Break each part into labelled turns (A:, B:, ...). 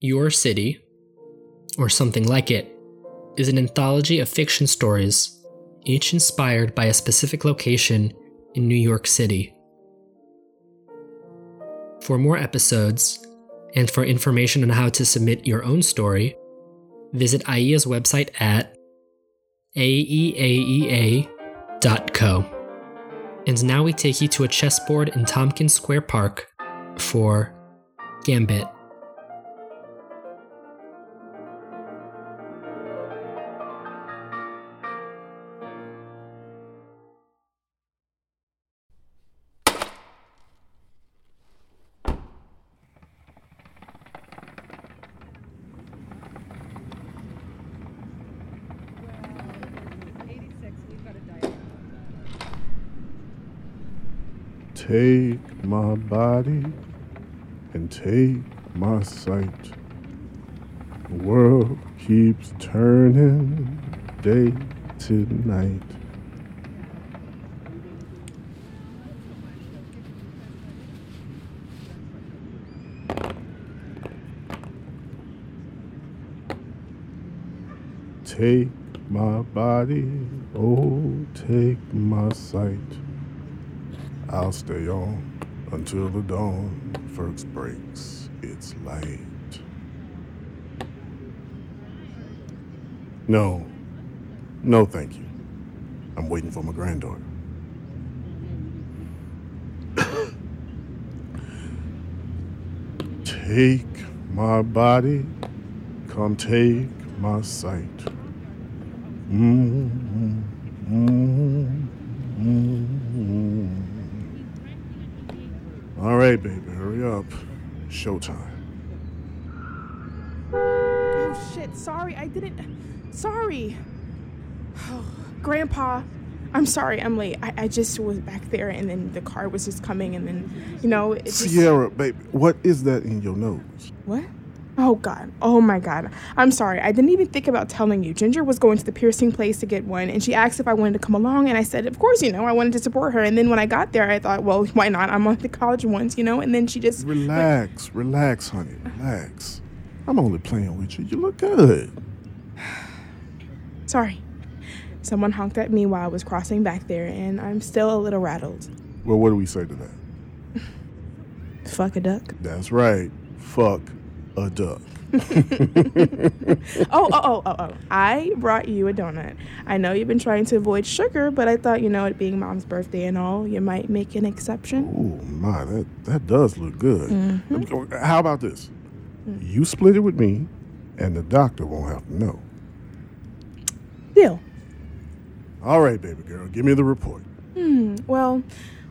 A: Your City, or something like it, is an anthology of fiction stories, each inspired by a specific location in New York City. For more episodes, and for information on how to submit your own story, visit IEA's website at E aeaea.co. And now we take you to a chessboard in Tompkins Square Park for Gambit.
B: Take my body and take my sight. The world keeps turning day to night. Take my body, oh, take my sight. I'll stay on until the dawn first breaks its light. No, no, thank you. I'm waiting for my granddaughter. take my body, come take my sight. mm mm mm, mm. All right, baby, hurry up. Showtime.
C: Oh shit, sorry, I didn't. Sorry. Oh, Grandpa, I'm sorry, I'm late. I, I just was back there and then the car was just coming and then, you know. It just,
B: Sierra, baby, what is that in your nose?
C: What? Oh God. Oh my God. I'm sorry. I didn't even think about telling you. Ginger was going to the piercing place to get one and she asked if I wanted to come along and I said, of course, you know, I wanted to support her. And then when I got there, I thought, well, why not? I'm on the college once, you know? And then she just.
B: Relax, relax, honey, relax. I'm only playing with you. You look good.
C: Sorry. Someone honked at me while I was crossing back there, and I'm still a little rattled.
B: Well, what do we say to that?
C: Fuck a duck.
B: That's right. Fuck a duck.
C: Oh, oh, oh, oh, oh. I brought you a donut. I know you've been trying to avoid sugar, but I thought, you know, it being mom's birthday and all, you might make an exception.
B: Oh my, that that does look good. How about this? You split it with me, and the doctor won't have to know.
C: Deal.
B: All right, baby girl, give me the report.
C: Well,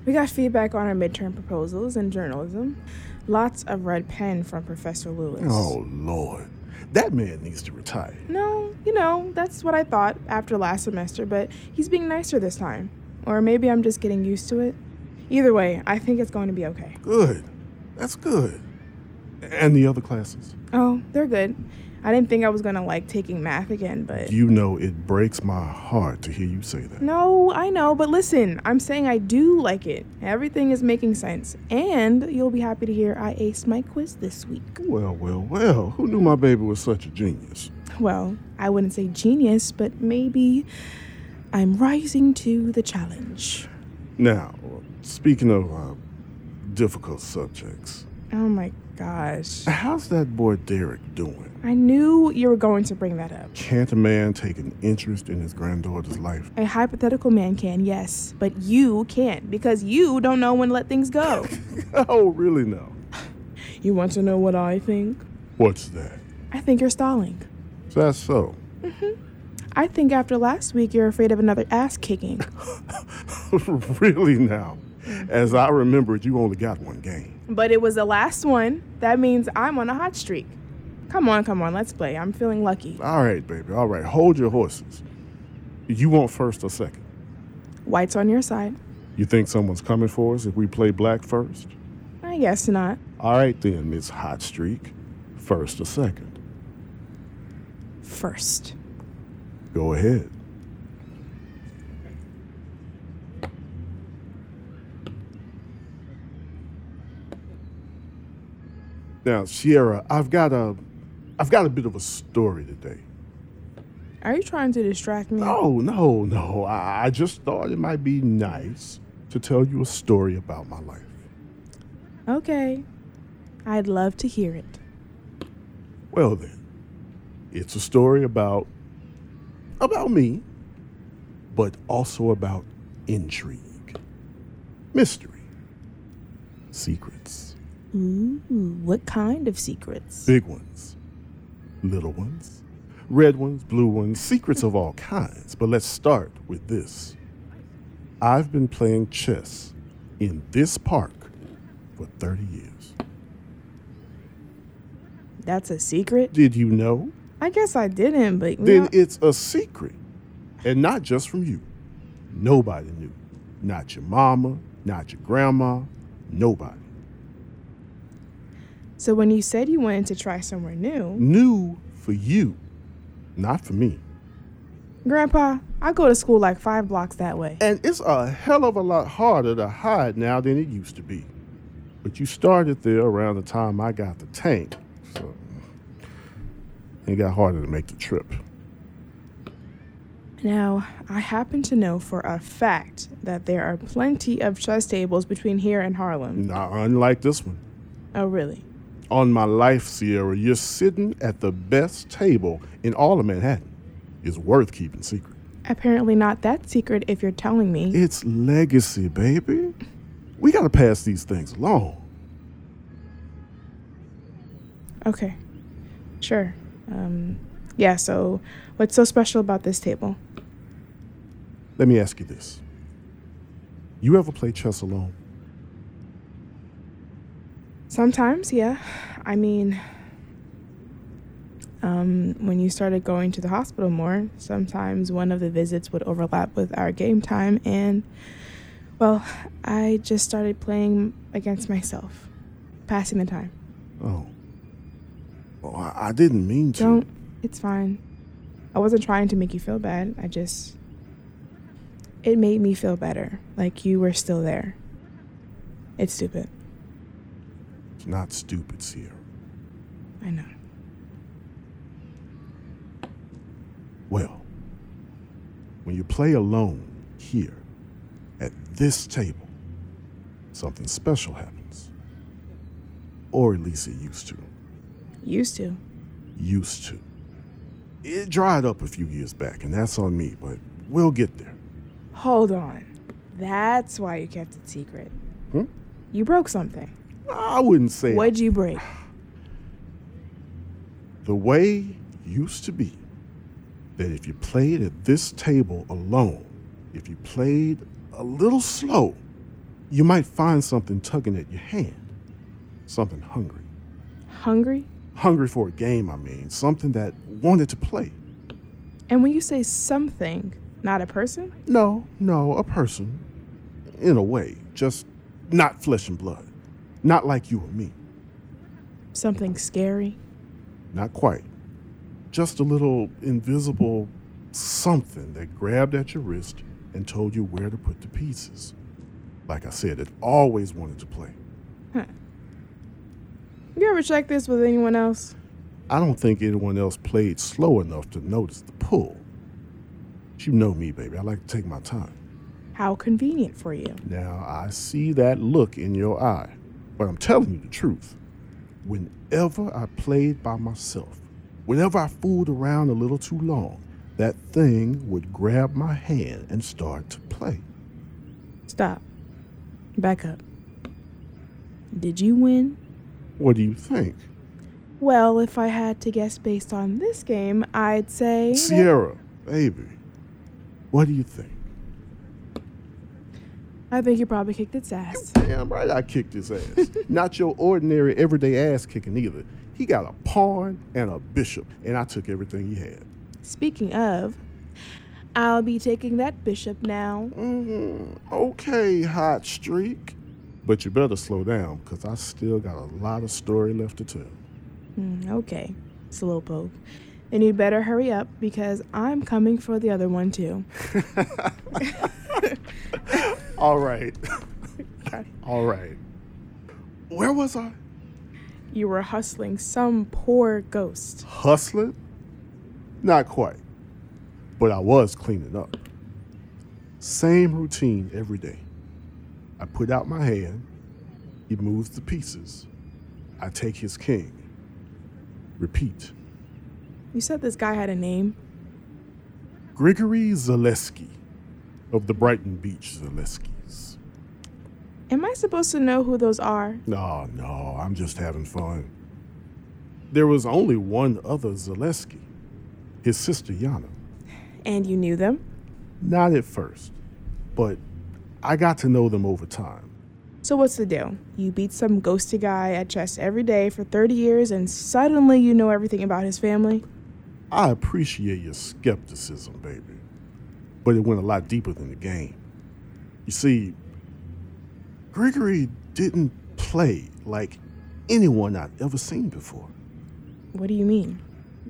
C: we got feedback on our midterm proposals in journalism. Lots of red pen from Professor Lewis.
B: Oh Lord, that man needs to retire.
C: No, you know, that's what I thought after last semester, but he's being nicer this time. Or maybe I'm just getting used to it. Either way, I think it's going to be okay.
B: Good, that's good. And the other classes?
C: Oh, they're good. I didn't think I was going to like taking math again, but.
B: You know, it breaks my heart to hear you say that.
C: No, I know, but listen, I'm saying I do like it. Everything is making sense. And you'll be happy to hear I aced my quiz this week.
B: Well, well, well. Who knew my baby was such a genius?
C: Well, I wouldn't say genius, but maybe I'm rising to the challenge.
B: Now, speaking of uh, difficult subjects,
C: Oh my gosh.
B: how's that boy Derek doing?
C: I knew you were going to bring that up.
B: Can't a man take an interest in his granddaughter's life?
C: A hypothetical man can, yes, but you can't because you don't know when to let things go.
B: oh, really? No.
C: you want to know what I think?
B: What's that?
C: I think you're stalling.
B: Is that so?
C: I think after last week, you're afraid of another ass kicking.
B: really now? As I remember it, you only got one game.
C: But it was the last one. That means I'm on a hot streak. Come on, come on, let's play. I'm feeling lucky.
B: All right, baby. All right. Hold your horses. You want first or second?
C: White's on your side.
B: You think someone's coming for us if we play black first?
C: I guess not.
B: All right, then, Miss Hot Streak. First or second?
C: First.
B: Go ahead. Now, Sierra, I've got a I've got a bit of a story today.
C: Are you trying to distract me?
B: No, no, no. I, I just thought it might be nice to tell you a story about my life.
C: Okay. I'd love to hear it.
B: Well then, it's a story about about me, but also about intrigue, mystery, secrets,
C: Ooh, what kind of secrets?
B: big ones, little ones, red ones, blue ones, secrets of all kinds. But let's start with this. I've been playing chess in this park for 30 years.
C: That's a secret?
B: Did you know?
C: I guess I didn't, but you
B: then
C: know,
B: it's a secret. And not just from you. Nobody knew. Not your mama, not your grandma, nobody.
C: so when you said you wanted to try somewhere new,
B: New for you, not for me.
C: Grandpa, I go to school like five blocks that way.
B: And it's a hell of a lot harder to hide now than it used to be. But you started there around the time I got the tank, so it got harder to make the trip.
C: Now, I happen to know for a fact that there are plenty of chess tables between here and Harlem.
B: Not unlike this one.
C: Oh, really?
B: On my life, Sierra, you're sitting at the best table in all of Manhattan. It's worth keeping secret.
C: Apparently, not that secret if you're telling me.
B: It's legacy, baby. We gotta pass these things along.
C: Okay, sure. Um, yeah, so what's so special about this table?
B: Let me ask you this. You ever play chess alone?
C: Sometimes, yeah. I mean, um, when you started going to the hospital more, sometimes one of the visits would overlap with our game time, and well, I just started playing against myself, passing the time.
B: Oh. Oh, I, I didn't mean to.
C: Don't, it's fine. I wasn't trying to make you feel bad. I just, it made me feel better, like you were still there. It's stupid.
B: It's not stupid, Sierra.
C: I know.
B: Well, when you play alone here at this table, something special happens. Or at least it used to.
C: Used to.
B: Used to. It dried up a few years back, and that's on me, but we'll get there.
C: Hold on. That's why you kept it secret.
B: Hmm?
C: You broke something.
B: I wouldn't say
C: What'd you break?
B: the way used to be that if you played at this table alone, if you played a little slow, you might find something tugging at your hand. Something hungry.
C: Hungry?
B: Hungry for a game, I mean. Something that wanted to play.
C: And when you say something, not a person?
B: No, no, a person. In a way, just not flesh and blood. Not like you or me.
C: Something scary?
B: Not quite. Just a little invisible something that grabbed at your wrist and told you where to put the pieces. Like I said, it always wanted to play.
C: You ever check this with anyone else?
B: I don't think anyone else played slow enough to notice the pull. But You know me, baby. I like to take my time.
C: How convenient for you.
B: Now, I see that look in your eye, but I'm telling you the truth. Whenever I played by myself, whenever I fooled around a little too long, that thing would grab my hand and start to play.
C: Stop. Back up. Did you win?
B: What do you think?
C: Well, if I had to guess based on this game, I'd say. that-
B: Sierra, baby, what do you think?
C: I think you probably kicked its ass.
B: Damn right I kicked his ass. Not your ordinary everyday ass kicking either. He got a pawn and a bishop, and I took everything he had.
C: Speaking of, I'll be taking that bishop now.
B: Mm, okay, hot streak. But you better slow down because I still got a lot of story left to tell.
C: Mm, okay, slowpoke. Then you'd better hurry up because I'm coming for the other one too.
B: All right. All right. Where was I?
C: You were hustling some poor ghost.
B: Hustling? Not quite. But I was cleaning up. Same routine every day. I put out my hand, he moves the pieces. I take his king. Repeat.
C: You said this guy had a name.
B: Grigory Zaleski of the Brighton Beach Zaleskis.
C: Am I supposed to know who those are?
B: No, Ah, no, I'm just having fun. There was only one other Zaleski, his sister Yana.
C: And you knew them?
B: Not at first, but I got to know them over time.
C: So what's the deal? You beat some ghosty guy at chess every day for 30 years and suddenly you know everything about his family?
B: I appreciate your skepticism, baby, but it went a lot deeper than the game. You see, Gregory didn't play like anyone I'd ever seen before.
C: What do you mean?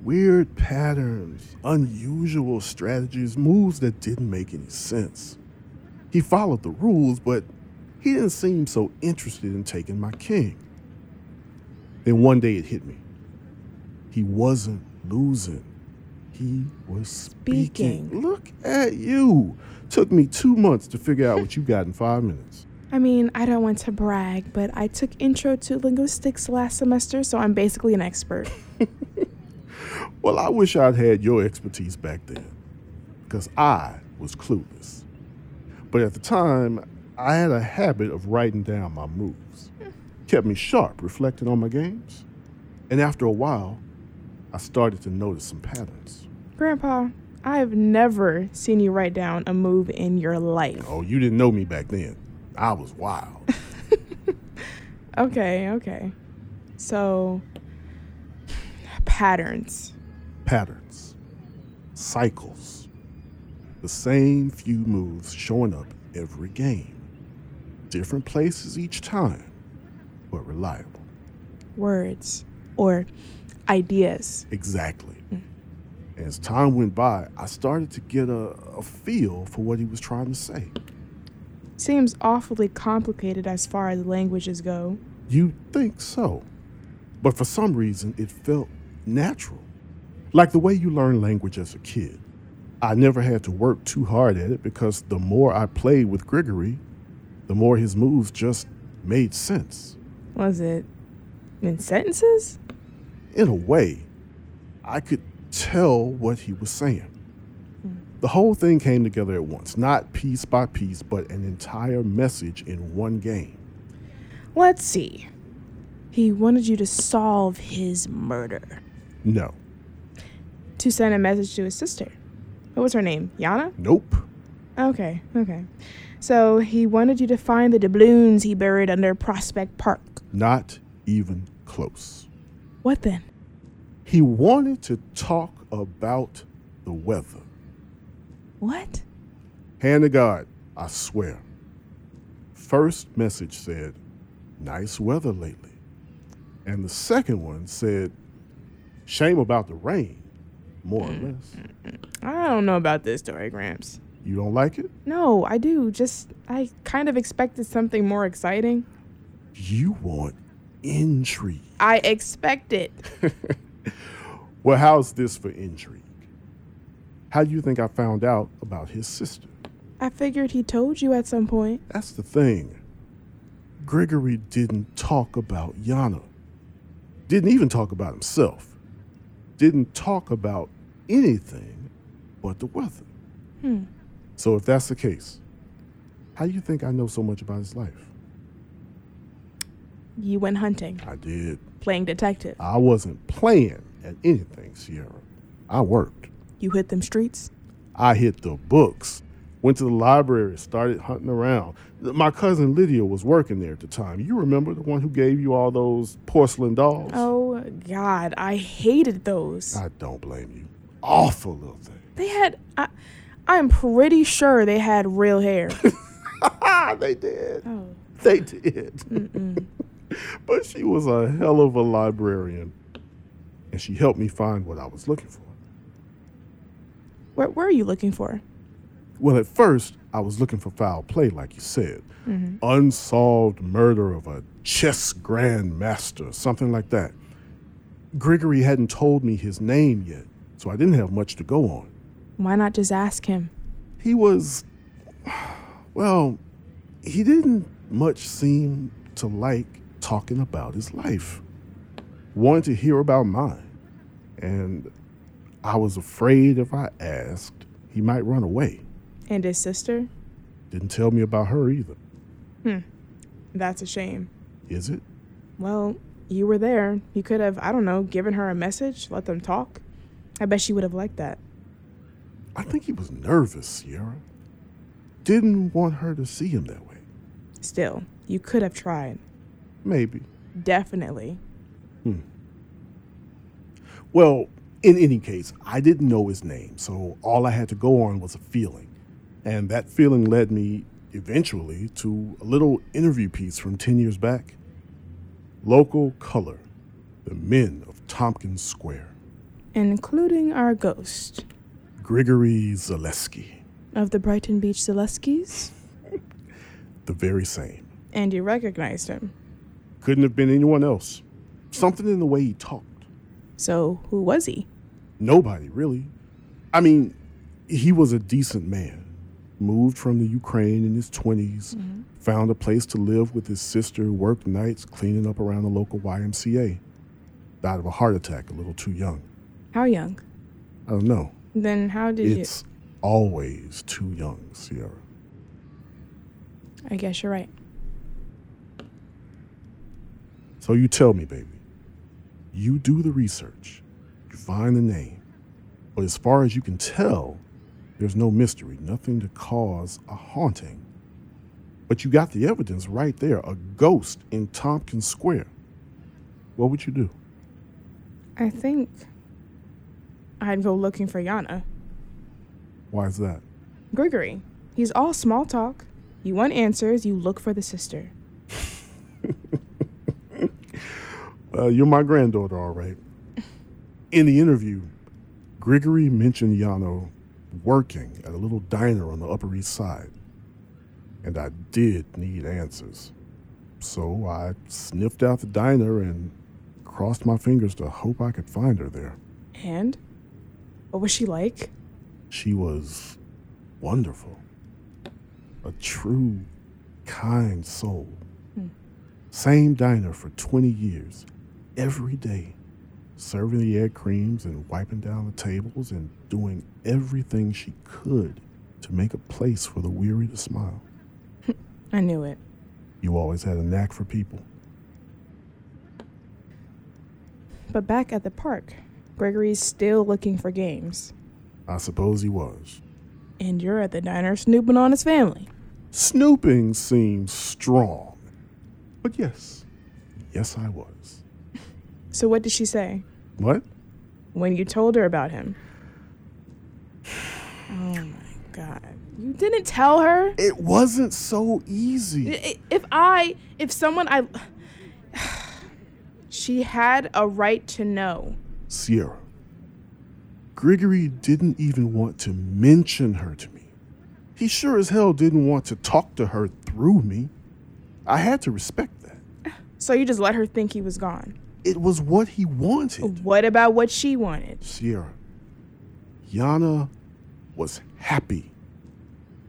B: Weird patterns, unusual strategies, moves that didn't make any sense. He followed the rules, but he didn't seem so interested in taking my king. Then one day it hit me. He wasn't losing. He was speaking.
C: Speaking.
B: Look at you. Took me two months to figure out what you got in five minutes.
C: I mean, I don't want to brag, but I took intro to linguistics last semester, so I'm basically an expert.
B: Well, I wish I'd had your expertise back then, because I was clueless. But at the time, I had a habit of writing down my moves. Kept me sharp, reflecting on my games. And after a while, I started to notice some patterns.
C: Grandpa, I've never seen you write down a move in your life.
B: Oh, you didn't know me back then. I was wild.
C: Okay, okay. So, patterns.
B: patterns, cycles. The same few moves showing up every game. Different places each time, but reliable.
C: words or ideas.
B: Exactly. As time went by, I started to get a, a feel for what he was trying to say.
C: Seems awfully complicated as far as languages go.
B: You'd think so. But for some reason, it felt natural. Like the way you learn language as a kid. I never had to work too hard at it because the more I played with Grigory, the more his moves just made sense.
C: Was it in sentences?
B: In a way, I could tell what he was saying. The whole thing came together at once, not piece by piece, but an entire message in one game.
C: Let's see. He wanted you to solve his murder
B: No,
C: to send a message to his sister. What was her name? Yana?
B: nope,
C: Okay, okay. So he wanted you to find the doubloons he buried under Prospect Park.
B: not even close.
C: What then?
B: He wanted to talk about the weather.
C: What?
B: Hand to God, I swear. First message said, Nice weather lately. And the second one said, Shame about the rain, more or less.
C: I don't know about this story, Gramps.
B: You don't like it?
C: No, I do. Just, I kind of expected something more exciting.
B: You want intrigue.
C: I expect it.
B: Well, how's this for intrigue? How do you think I found out about his sister?
C: I figured he told you at some point.
B: That's the thing. Gregory didn't talk about Yana. Didn't even talk about himself. Didn't talk about anything but the weather.
C: Hmm.
B: So if that's the case, how do you think I know so much about his life?
C: You went hunting,
B: I did.
C: playing detective.
B: I wasn't playing at anything, Sierra. I worked.
C: You hit them streets.
B: I hit the books. Went to the library, started hunting around. My cousin Lydia was working there at the time. You remember the one who gave you all those porcelain dolls?
C: Oh, God. I hated those.
B: I don't blame you. Awful little thing.
C: They had. I, I'm pretty sure they had real hair.
B: Ah, they did.
C: oh.
B: They did. but she was a hell of a librarian, and she helped me find what I was looking for.
C: What were you looking for?
B: Well, at first, I was looking for foul play, like you said. Unsolved murder of a chess grandmaster, something like that. Grigory hadn't told me his name yet, so I didn't have much to go on.
C: Why not just ask him?
B: He was, well, he didn't much seem to like talking about his life. Wanted to hear about mine. And I was afraid if I asked, he might run away.
C: And his sister?
B: Didn't tell me about her either.
C: That's a shame.
B: Is it?
C: Well, you were there. You could have, I don't know, given her a message, let them talk. I bet she would have liked that.
B: I think he was nervous, Sierra. Didn't want her to see him that way.
C: Still, you could have tried.
B: Maybe.
C: Definitely.
B: Well, in any case, I didn't know his name, so all I had to go on was a feeling. And that feeling led me eventually to a little interview piece from 10 years back Local Color, the men of Tompkins Square,
C: Including our ghost
B: Grigory Zaleski,
C: of the Brighton Beach Zeleskis.
B: the very same.
C: And you recognized him.
B: Couldn't have been anyone else. Something in the way he talked.
C: So who was he?
B: Nobody, really. I mean, he was a decent man. Moved from the Ukraine in his 20s, found a place to live with his sister, worked nights cleaning up around the local YMCA. Died of a heart attack a little too young.
C: How young?
B: I don't know.
C: Then how did
B: It's always too young, Sierra.
C: you? I guess you're right.
B: So you tell me, baby. You do the research, you find the name, but as far as you can tell, there's no mystery, nothing to cause a haunting. But you got the evidence right there a ghost in Tompkins Square. What would you do?
C: I think I'd go looking for Yana.
B: Why is that?
C: Gregory, he's all small talk. You want answers, you look for the sister.
B: Uh, you're my granddaughter, all right. In the interview, Grigory mentioned Yano working at a little diner on the Upper East Side. And I did need answers. So I sniffed out the diner and crossed my fingers to hope I could find her there.
C: And? What was she like?
B: She was wonderful. A true, kind soul. Same diner for 20 years, every day, serving the egg creams and wiping down the tables and doing everything she could to make a place for the weary to smile.
C: I knew it.
B: You always had a knack for people.
C: But back at the park, Gregory's still looking for games.
B: I suppose he was.
C: And you're at the diner snooping on his family.
B: Snooping seems strong. But yes, yes, I was.
C: So what did she say
B: What?
C: when you told her about him? Oh my god. You didn't tell her?
B: It wasn't so easy.
C: I- If I, if someone I. She had a right to know.
B: Sierra. Grigory didn't even want to mention her to me. He sure as hell didn't want to talk to her through me. I had to respect that.
C: So you just let her think he was gone.
B: It was what he wanted.
C: What about what she wanted?
B: Sierra. Yana was happy.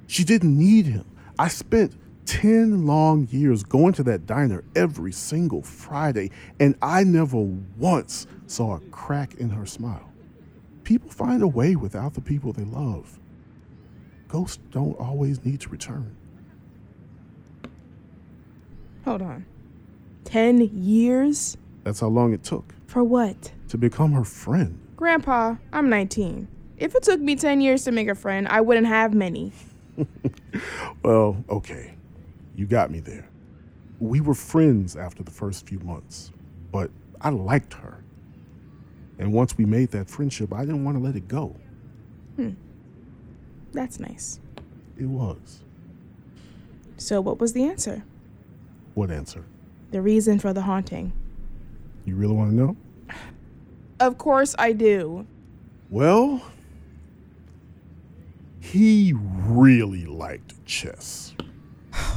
B: She didn't need him. I spent 10 long years going to that diner every single Friday, and I never once saw a crack in her smile. People find a way without the people they love. Ghosts don't always need to return.
C: Hold on. 10 years?
B: That's how long it took
C: For what?
B: to become her friend.
C: Grandpa, I'm 19. If it took me 10 years to make a friend, I wouldn't have many.
B: Well, okay. You got me there. We were friends after the first few months, but I liked her. And once we made that friendship, I didn't want to let it go.
C: That's nice.
B: It was.
C: So, what was the answer?
B: What answer?
C: The reason for the haunting.
B: You really want to know?
C: Of course, I do.
B: Well, He really liked chess.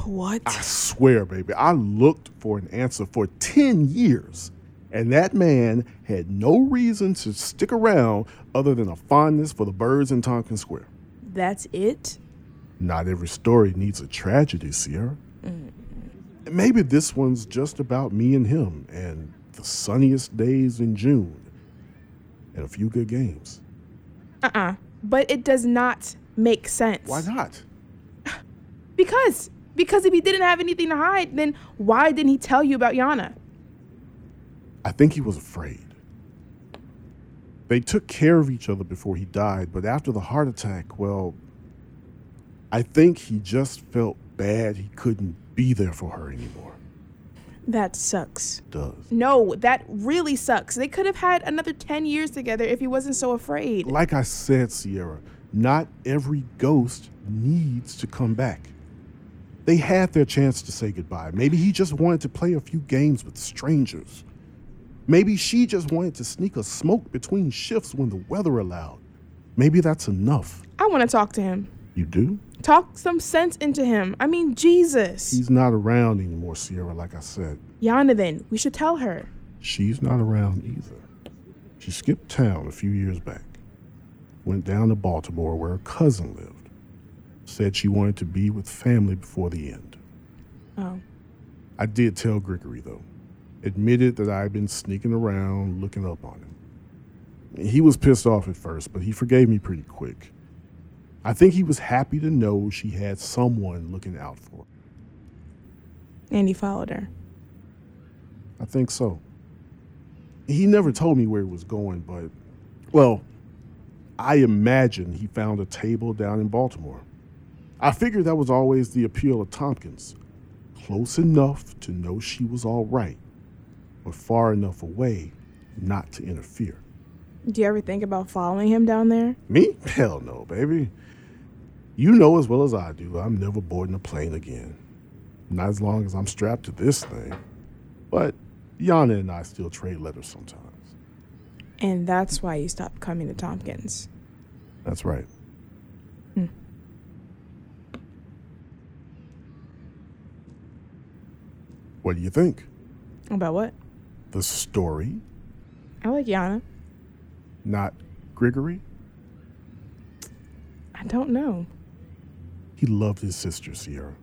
C: What?
B: I swear, baby, I looked for an answer for 10 years, and that man had no reason to stick around other than a fondness for the birds in Tompkins Square.
C: That's it?
B: Not every story needs a tragedy, Sierra. Maybe this one's just about me and him and the sunniest days in June and a few good games.
C: Uh uh But it does not make sense.
B: Why not?
C: Because. Because if he didn't have anything to hide, then why didn't he tell you about Yana?
B: I think he was afraid. They took care of each other before he died, but after the heart attack, well, I think he just felt bad he couldn't be there for her anymore.
C: That sucks.
B: Does.
C: No, that really sucks. They could have had another 10 years together if he wasn't so afraid.
B: Like I said, Sierra, not every ghost needs to come back. They had their chance to say goodbye. Maybe he just wanted to play a few games with strangers. Maybe she just wanted to sneak a smoke between shifts when the weather allowed. Maybe that's enough.
C: I want to talk to him.
B: You do?
C: Talk some sense into him. I mean, Jesus.
B: He's not around anymore, Sierra, like I said.
C: Yana, then. We should tell her.
B: She's not around either. She skipped town a few years back, went down to Baltimore where her cousin lived, said she wanted to be with family before the end.
C: Oh.
B: I did tell Grigory, though, admitted that I had been sneaking around looking up on him. He was pissed off at first, but he forgave me pretty quick. I think he was happy to know she had someone looking out for her.
C: And he followed her.
B: I think so. He never told me where he was going, but, well, I imagine he found a table down in Baltimore. I figured that was always the appeal of Tompkins close enough to know she was all right, but far enough away not to interfere.
C: Do you ever think about following him down there?
B: Me? Hell no, baby. You know as well as I do, I'm never boarding a plane again. Not as long as I'm strapped to this thing. But Yana and I still trade letters sometimes.
C: And that's why you stopped coming to Tompkins.
B: That's right. Hmm. What do you think?
C: About what?
B: The story,
C: I like Yana.
B: not Grigory?
C: I don't know.
B: He loved his sister, Sierra,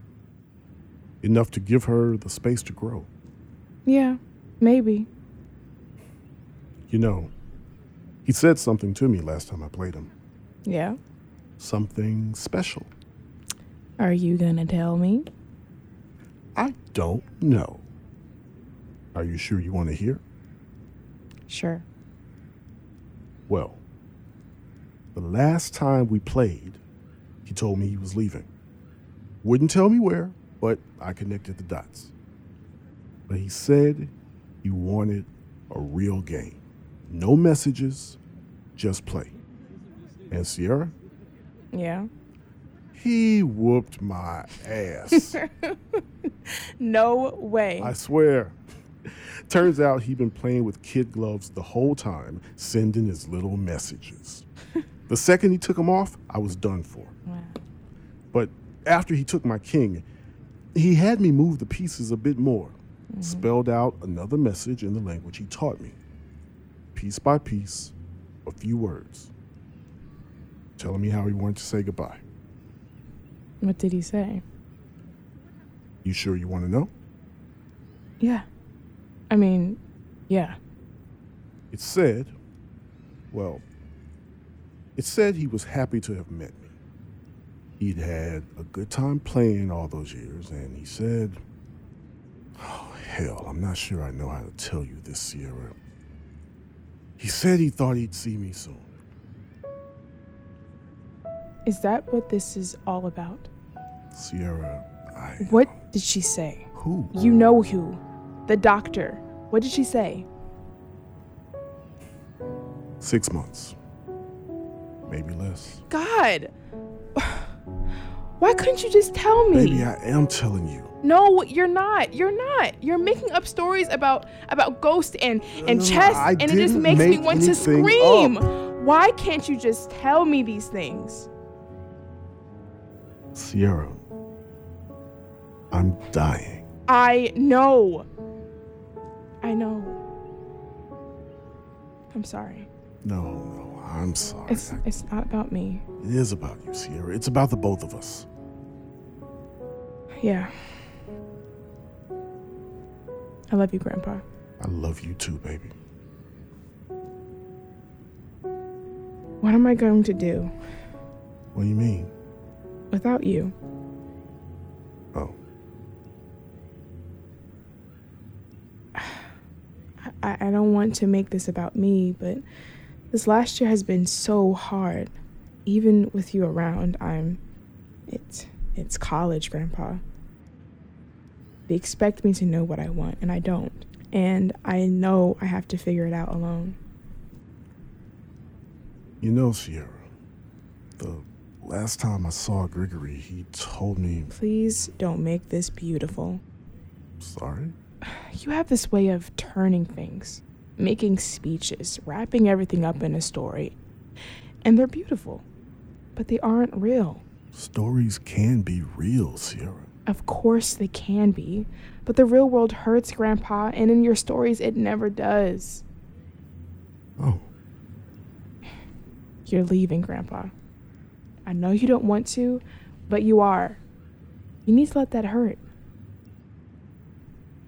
B: enough to give her the space to grow.
C: Yeah, maybe.
B: You know, he said something to me last time I played him.
C: Yeah.
B: Something special.
C: Are you gonna tell me?
B: I don't know. Are you sure you want to hear?
C: Sure.
B: Well, the last time we played, he told me he was leaving. Wouldn't tell me where, but I connected the dots. But he said he wanted a real game. No messages, just play. And Sierra,
C: Yeah.
B: he whooped my ass.
C: No way.
B: I swear. Turns out he'd been playing with kid gloves the whole time, sending his little messages. the second he took them off, I was done for.
C: Wow.
B: But after he took my king, he had me move the pieces a bit more, spelled out another message in the language he taught me. Piece by piece, a few words, telling me how he wanted to say goodbye.
C: What did he say?
B: You sure you want to know?
C: Yeah. I mean, yeah.
B: It said, well, it said he was happy to have met me. He'd had a good time playing all those years, and he said, Oh, hell, I'm not sure I know how to tell you this, Sierra. He said he thought he'd see me soon.
C: Is that what this is all about?
B: Sierra, I.
C: What did she say?
B: Who?
C: You know who. The doctor. What did she say?
B: Six months. Maybe less.
C: God. Why couldn't you just tell me?
B: Maybe I am telling you.
C: No, you're not. You're not. You're making up stories about about ghosts and and
B: no,
C: chess,
B: I
C: and it just
B: didn't
C: makes me
B: make
C: want to
B: anything
C: scream.
B: up.
C: Why can't you just tell me these things?
B: Sierra, I'm dying.
C: I know. I know. I'm sorry.
B: No, no, I'm sorry.
C: It's
B: I-
C: it's not about me.
B: it is about you, Sierra. It's about the both of us.
C: Yeah. I love you, Grandpa.
B: I love you too, baby.
C: What am I going to do
B: What do you mean?
C: without you?
B: Oh,
C: I, I don't want to make this about me, but this last year has been so hard. Even with you around, I'm it's it's college, grandpa. They expect me to know what I want and I don't. And I know I have to figure it out alone.
B: you know, Sierra, the last time I saw Gregory, he told me,
C: Please don't make this beautiful.
B: sorry?
C: You have this way of turning things, making speeches, wrapping everything up in a story. And they're beautiful, but they aren't real.
B: Stories can be real, Sierra.
C: Of course they can be, but the real world hurts, Grandpa, and in your stories it never does.
B: Oh,
C: You're leaving, Grandpa. I know you don't want to, but you are. You need to let that hurt.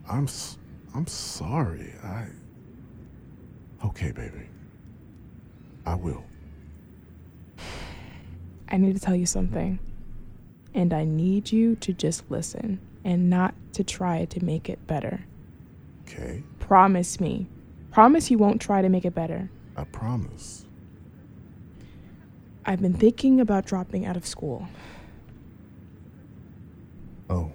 B: I'm s- I'm sorry. I Okay, baby. I will.
C: I need to tell you something. And I need you to just listen and not to try to make it better.
B: Okay?
C: Promise me. Promise you won't try to make it better.
B: I promise.
C: I've been thinking about dropping out of school.
B: Oh,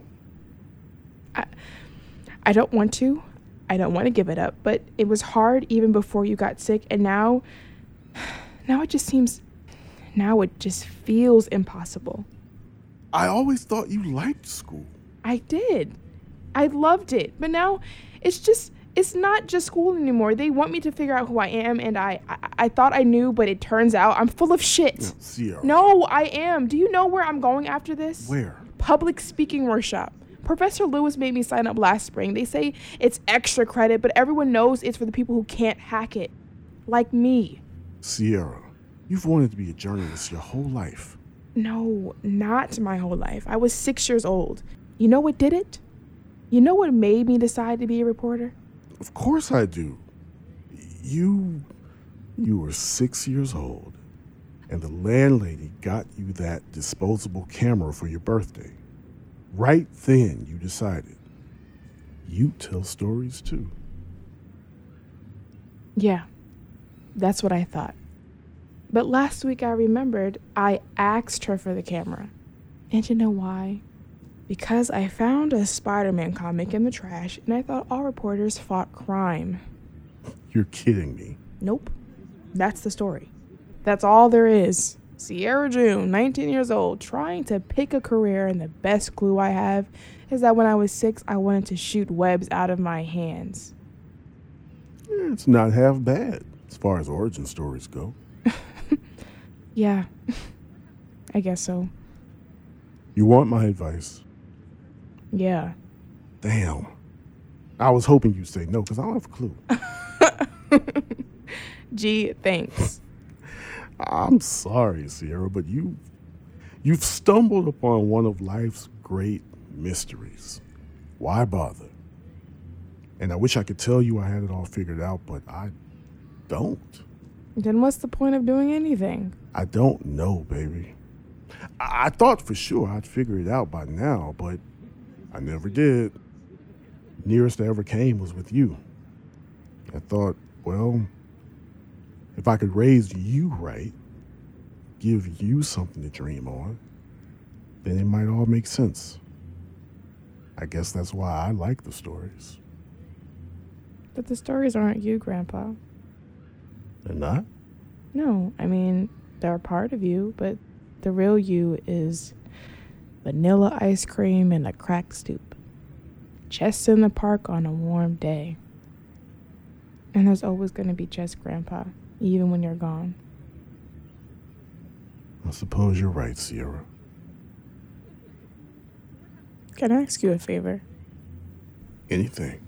C: I don't want to. I don't want to give it up, but it was hard even before you got sick and now now it just seems now it just feels impossible.
B: I always thought you liked school.
C: I did. I loved it. But now it's just it's not just school anymore. They want me to figure out who I am and I I, I thought I knew, but it turns out I'm full of shit.
B: Sierra.
C: No, I am. Do you know where I'm going after this?
B: Where?
C: public speaking workshop. Professor Lewis made me sign up last spring. They say it's extra credit, but everyone knows it's for the people who can't hack it, like me.
B: Sierra. You've wanted to be a journalist your whole life.
C: No, not my whole life. I was six years old. You know what did it? You know what made me decide to be a reporter?
B: Of course I do. You you were 6 years old and the landlady got you that disposable camera for your birthday. Right then you decided you tell stories too.
C: Yeah, that's what I thought. But last week I remembered I asked her for the camera. And you know why? Because I found a Spider Man comic in the trash and I thought all reporters fought crime.
B: You're kidding me.
C: Nope. That's the story. That's all there is. Sierra June, 19 years old, trying to pick a career, and the best clue I have is that when I was six, I wanted to shoot webs out of my hands.
B: Eh, It's not half bad as far as origin stories go.
C: Yeah, I guess so.
B: You want my advice?
C: Yeah.
B: Damn. I was hoping you'd say no because I don't have a clue.
C: Gee, thanks.
B: I'm sorry, Sierra, but you you've stumbled upon one of life's great mysteries. Why bother? And I wish I could tell you I had it all figured out, but I don't.
C: then what's the point of doing anything?
B: I don't know, baby. I, I thought for sure I'd figure it out by now, but I never did. Nearest I ever came was with you. I thought, well, if I could raise you right, give you something to dream on, then it might all make sense. I guess that's why I like the stories.
C: But the stories aren't you, Grandpa.
B: They're not?
C: No, I mean, they're a part of you, but the real you is vanilla ice cream and a crack stoop, chess in the park on a warm day. And there's always going to be chess, Grandpa, even when you're gone.
B: I suppose you're right, Sierra.
C: Can I ask you a favor?
B: Anything.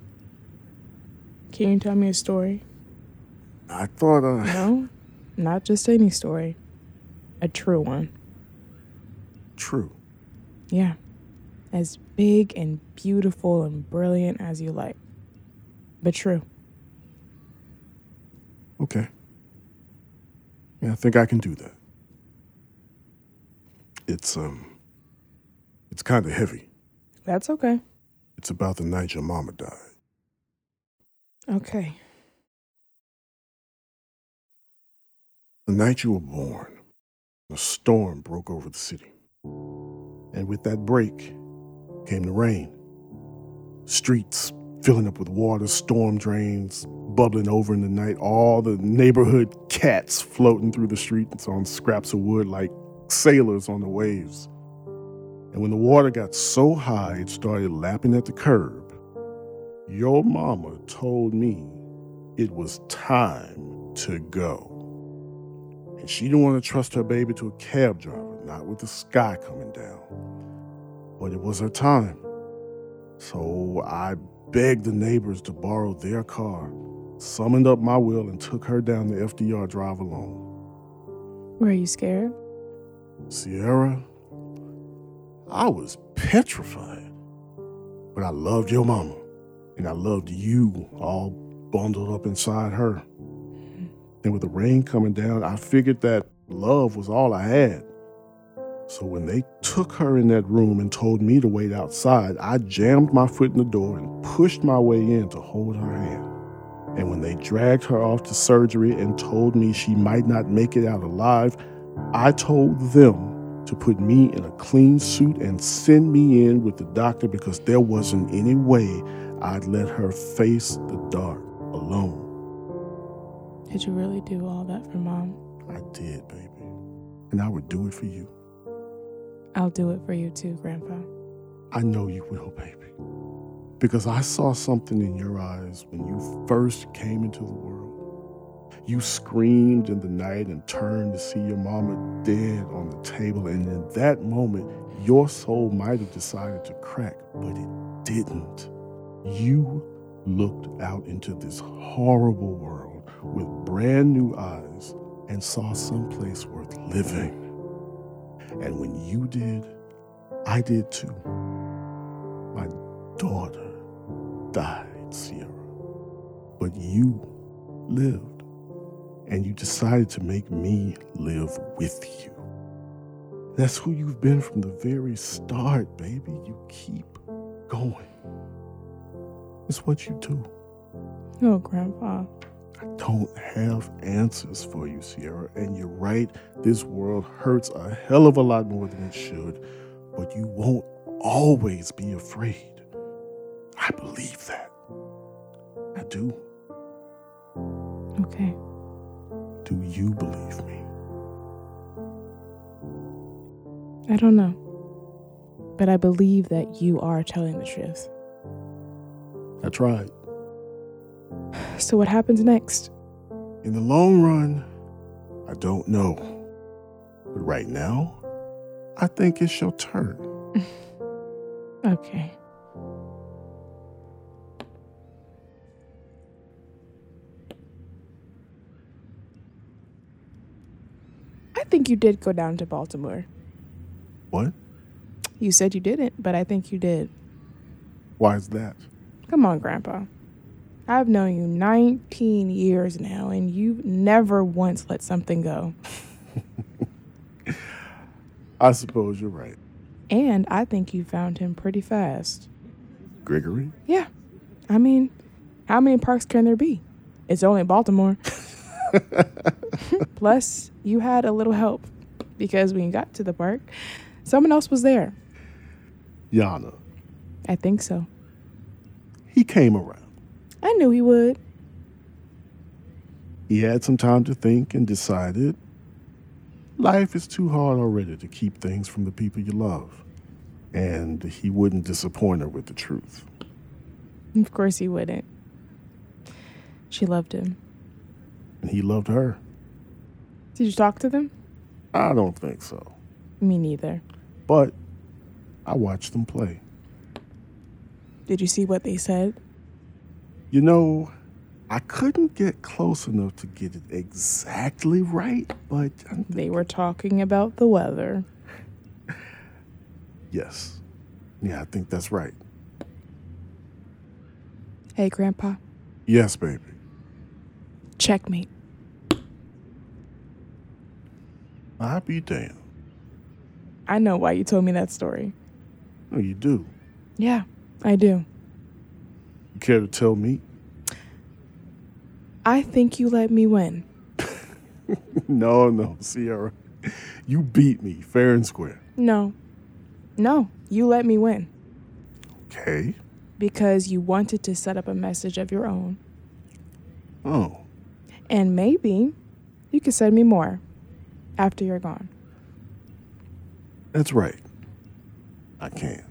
C: Can you tell me a story?
B: I thought uh, I.
C: No, not just any story, a true one.
B: True.
C: Yeah. As big and beautiful and brilliant as you like. But true.
B: Okay. Yeah, I think I can do that. It's um. It's kind of heavy.
C: That's okay.
B: It's about the night your mama died.
C: Okay.
B: The night you were born, a storm broke over the city. And with that break came the rain. Streets filling up with water, storm drains bubbling over in the night, all the neighborhood cats floating through the streets on scraps of wood like sailors on the waves. And when the water got so high it started lapping at the curb, your mama told me it was time to go. And she didn't want to trust her baby to a cab driver, not with the sky coming down. But it was her time. So I begged the neighbors to borrow their car, summoned up my will, and took her down the FDR drive alone.
C: Were you scared?
B: Sierra, I was petrified. But I loved your mama, and I loved you all bundled up inside her. And with the rain coming down, I figured that love was all I had. So when they took her in that room and told me to wait outside, I jammed my foot in the door and pushed my way in to hold her hand. And when they dragged her off to surgery and told me she might not make it out alive, I told them to put me in a clean suit and send me in with the doctor because there wasn't any way I'd let her face the dark alone.
C: Did you really do all that for mom?
B: I did, baby. And I would do it for you.
C: I'll do it for you too, Grandpa.
B: I know you will, baby. Because I saw something in your eyes when you first came into the world. You screamed in the night and turned to see your mama dead on the table. And in that moment, your soul might have decided to crack, but it didn't. You looked out into this horrible world with brand new eyes and saw someplace worth living. And when you did, I did too. My daughter died, Sierra. But you lived. And you decided to make me live with you. That's who you've been from the very start, baby. You keep going. It's what you do.
C: No, Oh, Grandpa.
B: I don't have answers for you, Sierra. And you're right, this world hurts a hell of a lot more than it should, but you won't always be afraid. I believe that. I do.
C: Okay.
B: Do you believe me?
C: I don't know. But I believe that you are telling the truth.
B: I tried.
C: So what happens next?
B: In the long run, I don't know. But right now, I think it's your turn.
C: Okay. I think you did go down to Baltimore.
B: What?
C: You said you didn't, but I think you did.
B: Why is that?
C: Come on, Grandpa. I've known you 19 years now, and you've never once let something go.
B: I suppose you're right.
C: And I think you found him pretty fast.
B: Gregory?
C: Yeah. I mean, how many parks can there be? It's only Baltimore. Plus, you had a little help because when you got to the park, someone else was there.
B: Yana.
C: I think so.
B: He came around.
C: I knew he would.
B: He had some time to think and decided life is too hard already to keep things from the people you love. And he wouldn't disappoint her with the truth.
C: Of course, he wouldn't. She loved him.
B: And he loved her.
C: Did you talk to them?
B: I don't think so.
C: Me neither.
B: But I watched them play.
C: Did you see what they said?
B: You know, I couldn't get close enough to get it exactly right, but I'm
C: They were talking about the weather.
B: Yes. Yeah, I think that's right.
C: Hey, Grandpa,
B: Yes, baby.
C: checkmate.
B: I be damned.
C: I know why you told me that story.
B: No, you do.
C: Yeah, I do.
B: You care to tell me?
C: I think you let me win.
B: no, no, Sierra. You beat me fair and square.
C: No. No, you let me win
B: Okay.
C: because you wanted to set up a message of your own.
B: Oh,
C: And maybe you could send me more after you're gone.
B: that's right. I can.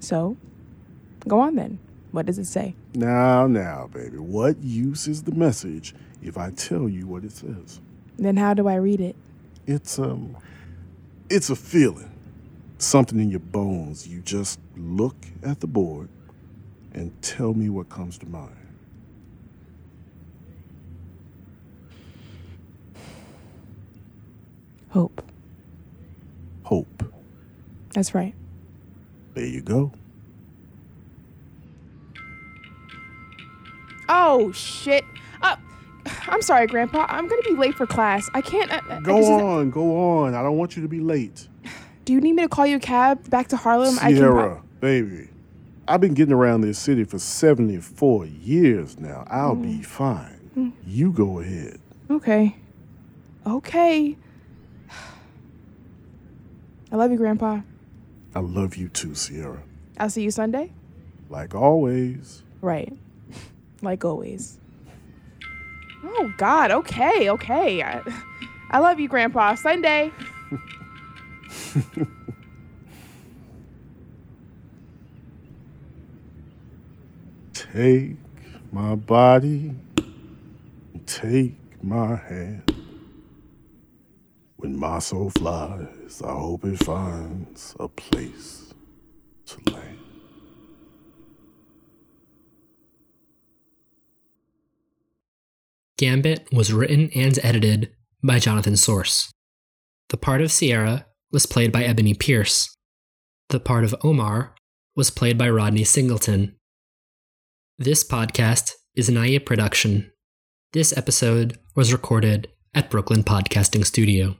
C: So, go on then. What does it say?
B: Now, now, baby. What use is the message if I tell you what it says?
C: Then, how do I read it?
B: It's um it's a feeling. Something in your bones. You just look at the board and tell me what comes to mind.
C: Hope.
B: Hope.
C: That's right.
B: There you go.
C: Oh, shit. Uh, I'm sorry, Grandpa. I'm going to be late for class. I can't. I, I- I
B: Go
C: just-
B: on, go on. I don't want you to be late.
C: Do you need me to call you a cab back to Harlem? I can
B: Sierra, baby. I've been getting around this city for 74 years now. I'll
C: Mm.
B: be fine. You go ahead.
C: pro- okay. Okay. I love you, Grandpa.
B: I love you too, Sierra.
C: I'll see you Sunday.
B: Like always.
C: Right. Like always. Oh, God. Okay. Okay. I, I love you, Grandpa. Sunday.
B: Take my body, take my hand. When my soul flies, I hope it finds a place to land.
A: Gambit was written and edited by Jonathan Source. The part of Sierra was played by Ebony Pierce. The part of Omar was played by Rodney Singleton. This podcast is an IE production. This episode was recorded at Brooklyn Podcasting Studio.